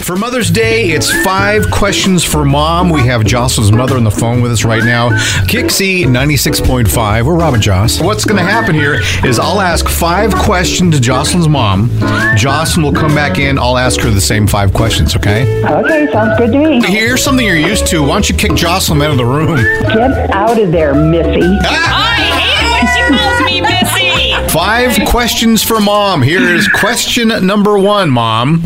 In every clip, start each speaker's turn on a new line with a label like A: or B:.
A: For Mother's Day, it's five questions for mom. We have Jocelyn's mother on the phone with us right now. Kixie 96.5. We're Robin Joss. What's going to happen here is I'll ask five questions to Jocelyn's mom. Jocelyn will come back in. I'll ask her the same five questions, okay?
B: Okay, sounds good to me.
A: Here's something you're used to. Why don't you kick Jocelyn out of the room?
B: Get out of there, Missy.
C: I hate when she calls me Missy.
A: Five questions for mom. Here is question number one, mom.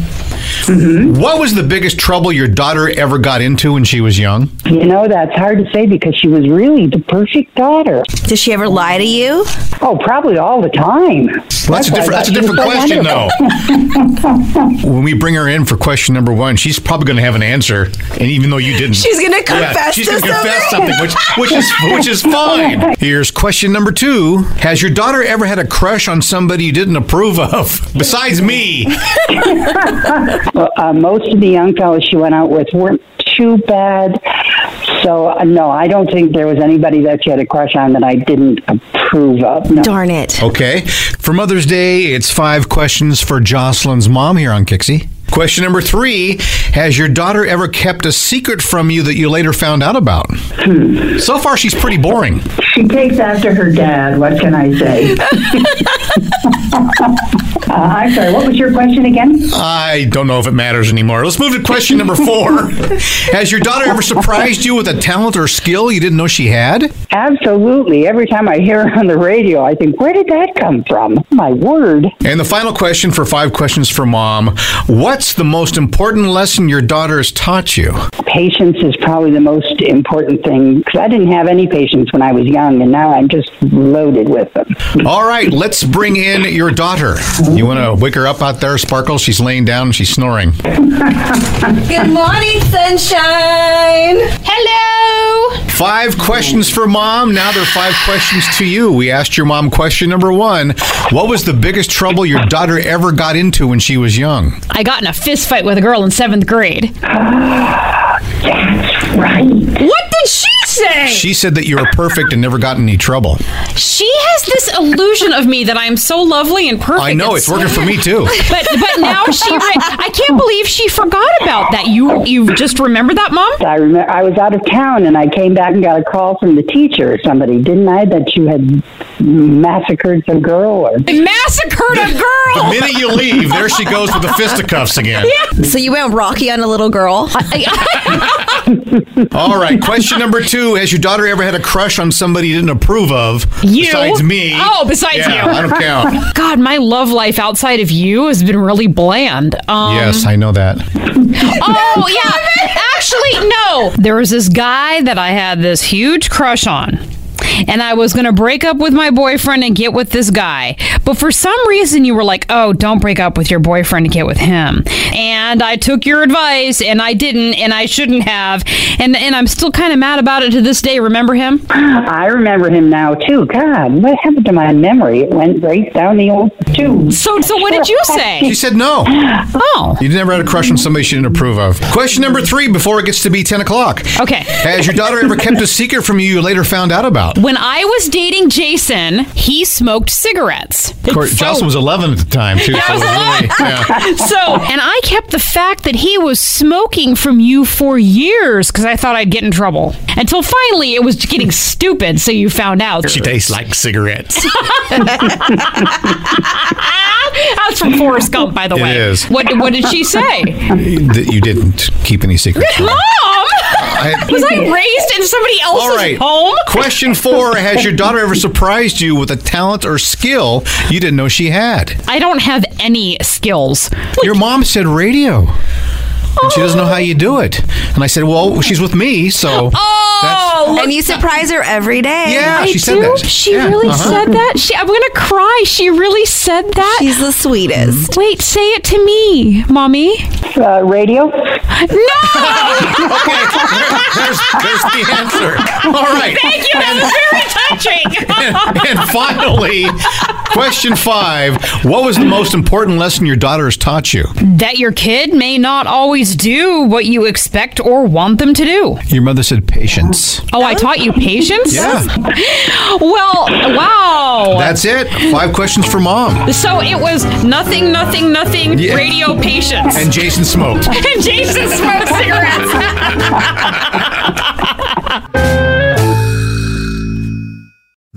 A: What was the biggest trouble your daughter ever got into when she was young?
B: You know, that's hard to say because she was really the perfect daughter.
D: Does she ever lie to you?
B: Oh, probably all the time.
A: Well, that's, a
B: why I
A: different.
B: thought
A: That's a
B: she was
A: different
B: so
A: question,
B: wonderful.
A: though. when we bring her in for question number one, she's probably going to have an answer, and even though you didn't,
D: She's gonna
A: Yeah,
D: confess
A: she's
D: to
A: gonna confess
D: something.
A: something, which which is which is fine. Here's question number two: Has your daughter ever had a crush on somebody you didn't approve of, besides me?
B: Well, uh, most of the young fellows she went out with weren't too bad. So, uh, no, I don't think there was anybody that she had a crush on that I didn't approve of. No.
D: Darn it.
A: Okay. For Mother's Day, it's five questions for Jocelyn's mom here on Kixie. Question number three Has your daughter ever kept a secret from you that you later found out about? So far, she's pretty boring.
E: She takes after her dad. What can I say? uh, I'm sorry. What was your question again?
A: I don't know if it matters anymore. Let's move to question number four. Has your daughter ever surprised you with a talent or skill you didn't know she had?
B: Absolutely. Every time I hear her on the radio, I think, where did that come from? My word.
A: And the final question for five questions for mom What's the most important lesson your daughter has taught you?
B: Patience is probably the most important thing because I didn't have any patience when I was young, and now I'm just loaded with them.
A: All right, let's bring in your daughter. You want to wake her up out there, Sparkle? She's laying down and she's snoring.
D: Good morning, sunshine.
C: Hello.
A: Five questions for mom. Now there are five questions to you. We asked your mom question number one What was the biggest trouble your daughter ever got into when she was young?
C: I got in a fist fight with a girl in seventh grade.
E: That's right.
C: What did she say?
A: She said that you were perfect and never got in any trouble.
C: She has this illusion of me that I'm so lovely and perfect.
A: I know, it's working for me too.
C: But but now she, re- I can't believe she forgot about that. You you just remember that, mom?
B: I remember I was out of town and I came back and got a call from the teacher or somebody, didn't I, that you had massacred some girl or
C: I massacred a
A: The
C: girl.
A: minute you leave, there she goes with the fisticuffs again.
D: So you went Rocky on a little girl.
A: All right, question number two Has your daughter ever had a crush on somebody you didn't approve of?
C: You?
A: Besides me.
C: Oh, besides
A: Yeah,
C: you.
A: I don't count.
C: God, my love life outside of you has been really bland. Um,
A: Yes, I know that.
C: Oh yeah. Actually, no. There was this guy that I had this huge crush on. And I was gonna break up with my boyfriend and get with this guy. But for some reason you were like, oh, don't break up with your boyfriend and get with him. And I took your advice and I didn't and I shouldn't have. And and I'm still kinda mad about it to this day. Remember him?
B: I remember him now too. God, what happened to my memory? It went right down the old tube.
C: So so what did you say?
A: She said no.
C: Oh.
A: You never had a crush on somebody she didn't approve of. Question number three before it gets to be 10 o'clock.
C: Okay.
A: Has your daughter ever kept a secret from you you later found out about?
C: When I was dating Jason, he smoked cigarettes.
A: Of course,
C: Oh.
A: Jocelyn was 11 at the time, too.
C: I was
A: it really- yeah.
C: so and i kept the fact that he was smoking from you for years because i thought i'd get in trouble until finally it was getting stupid so you found out
A: She tastes like cigarettes.
C: that's from forrest gump by the
A: It
C: way
A: is.
C: What, what did she say
A: that you didn't keep any secrets. from her.
C: mom
A: I-
C: was i raised in somebody else's
A: all right.
C: home
A: Question four Has your daughter ever surprised you with a talent or skill you didn't know she had?
C: i don't have any skills
A: Your mom said radio. And she doesn't know how you do it. And I said, Well, she's with me, so. that's-
C: oh
D: and you surprise her every day.
A: Yeah, she said
C: dude,
A: that.
C: she
A: Yeah,
C: really
A: uh-huh.
C: said that she i'm gonna cry she really said that
D: She's the sweetest.
C: wait say it to me mommy
B: Uh, radio?
C: No!
A: Okay, there's, there's the answer. All right.
C: Thank you. That was very touching.
A: And finally, question five What was the most important lesson your daughter has taught you?
C: that your kid may not always do what you expect or want them to do.
A: Your mother said patience.
C: Oh, I taught you patience?
A: Yeah.
C: Well, wow.
A: That's it. Five questions for mom.
C: so it was nothing, nothing, nothing,
A: Yeah.
C: radio patience.
A: And Jason smoked.
C: And Jason smoked cigarettes.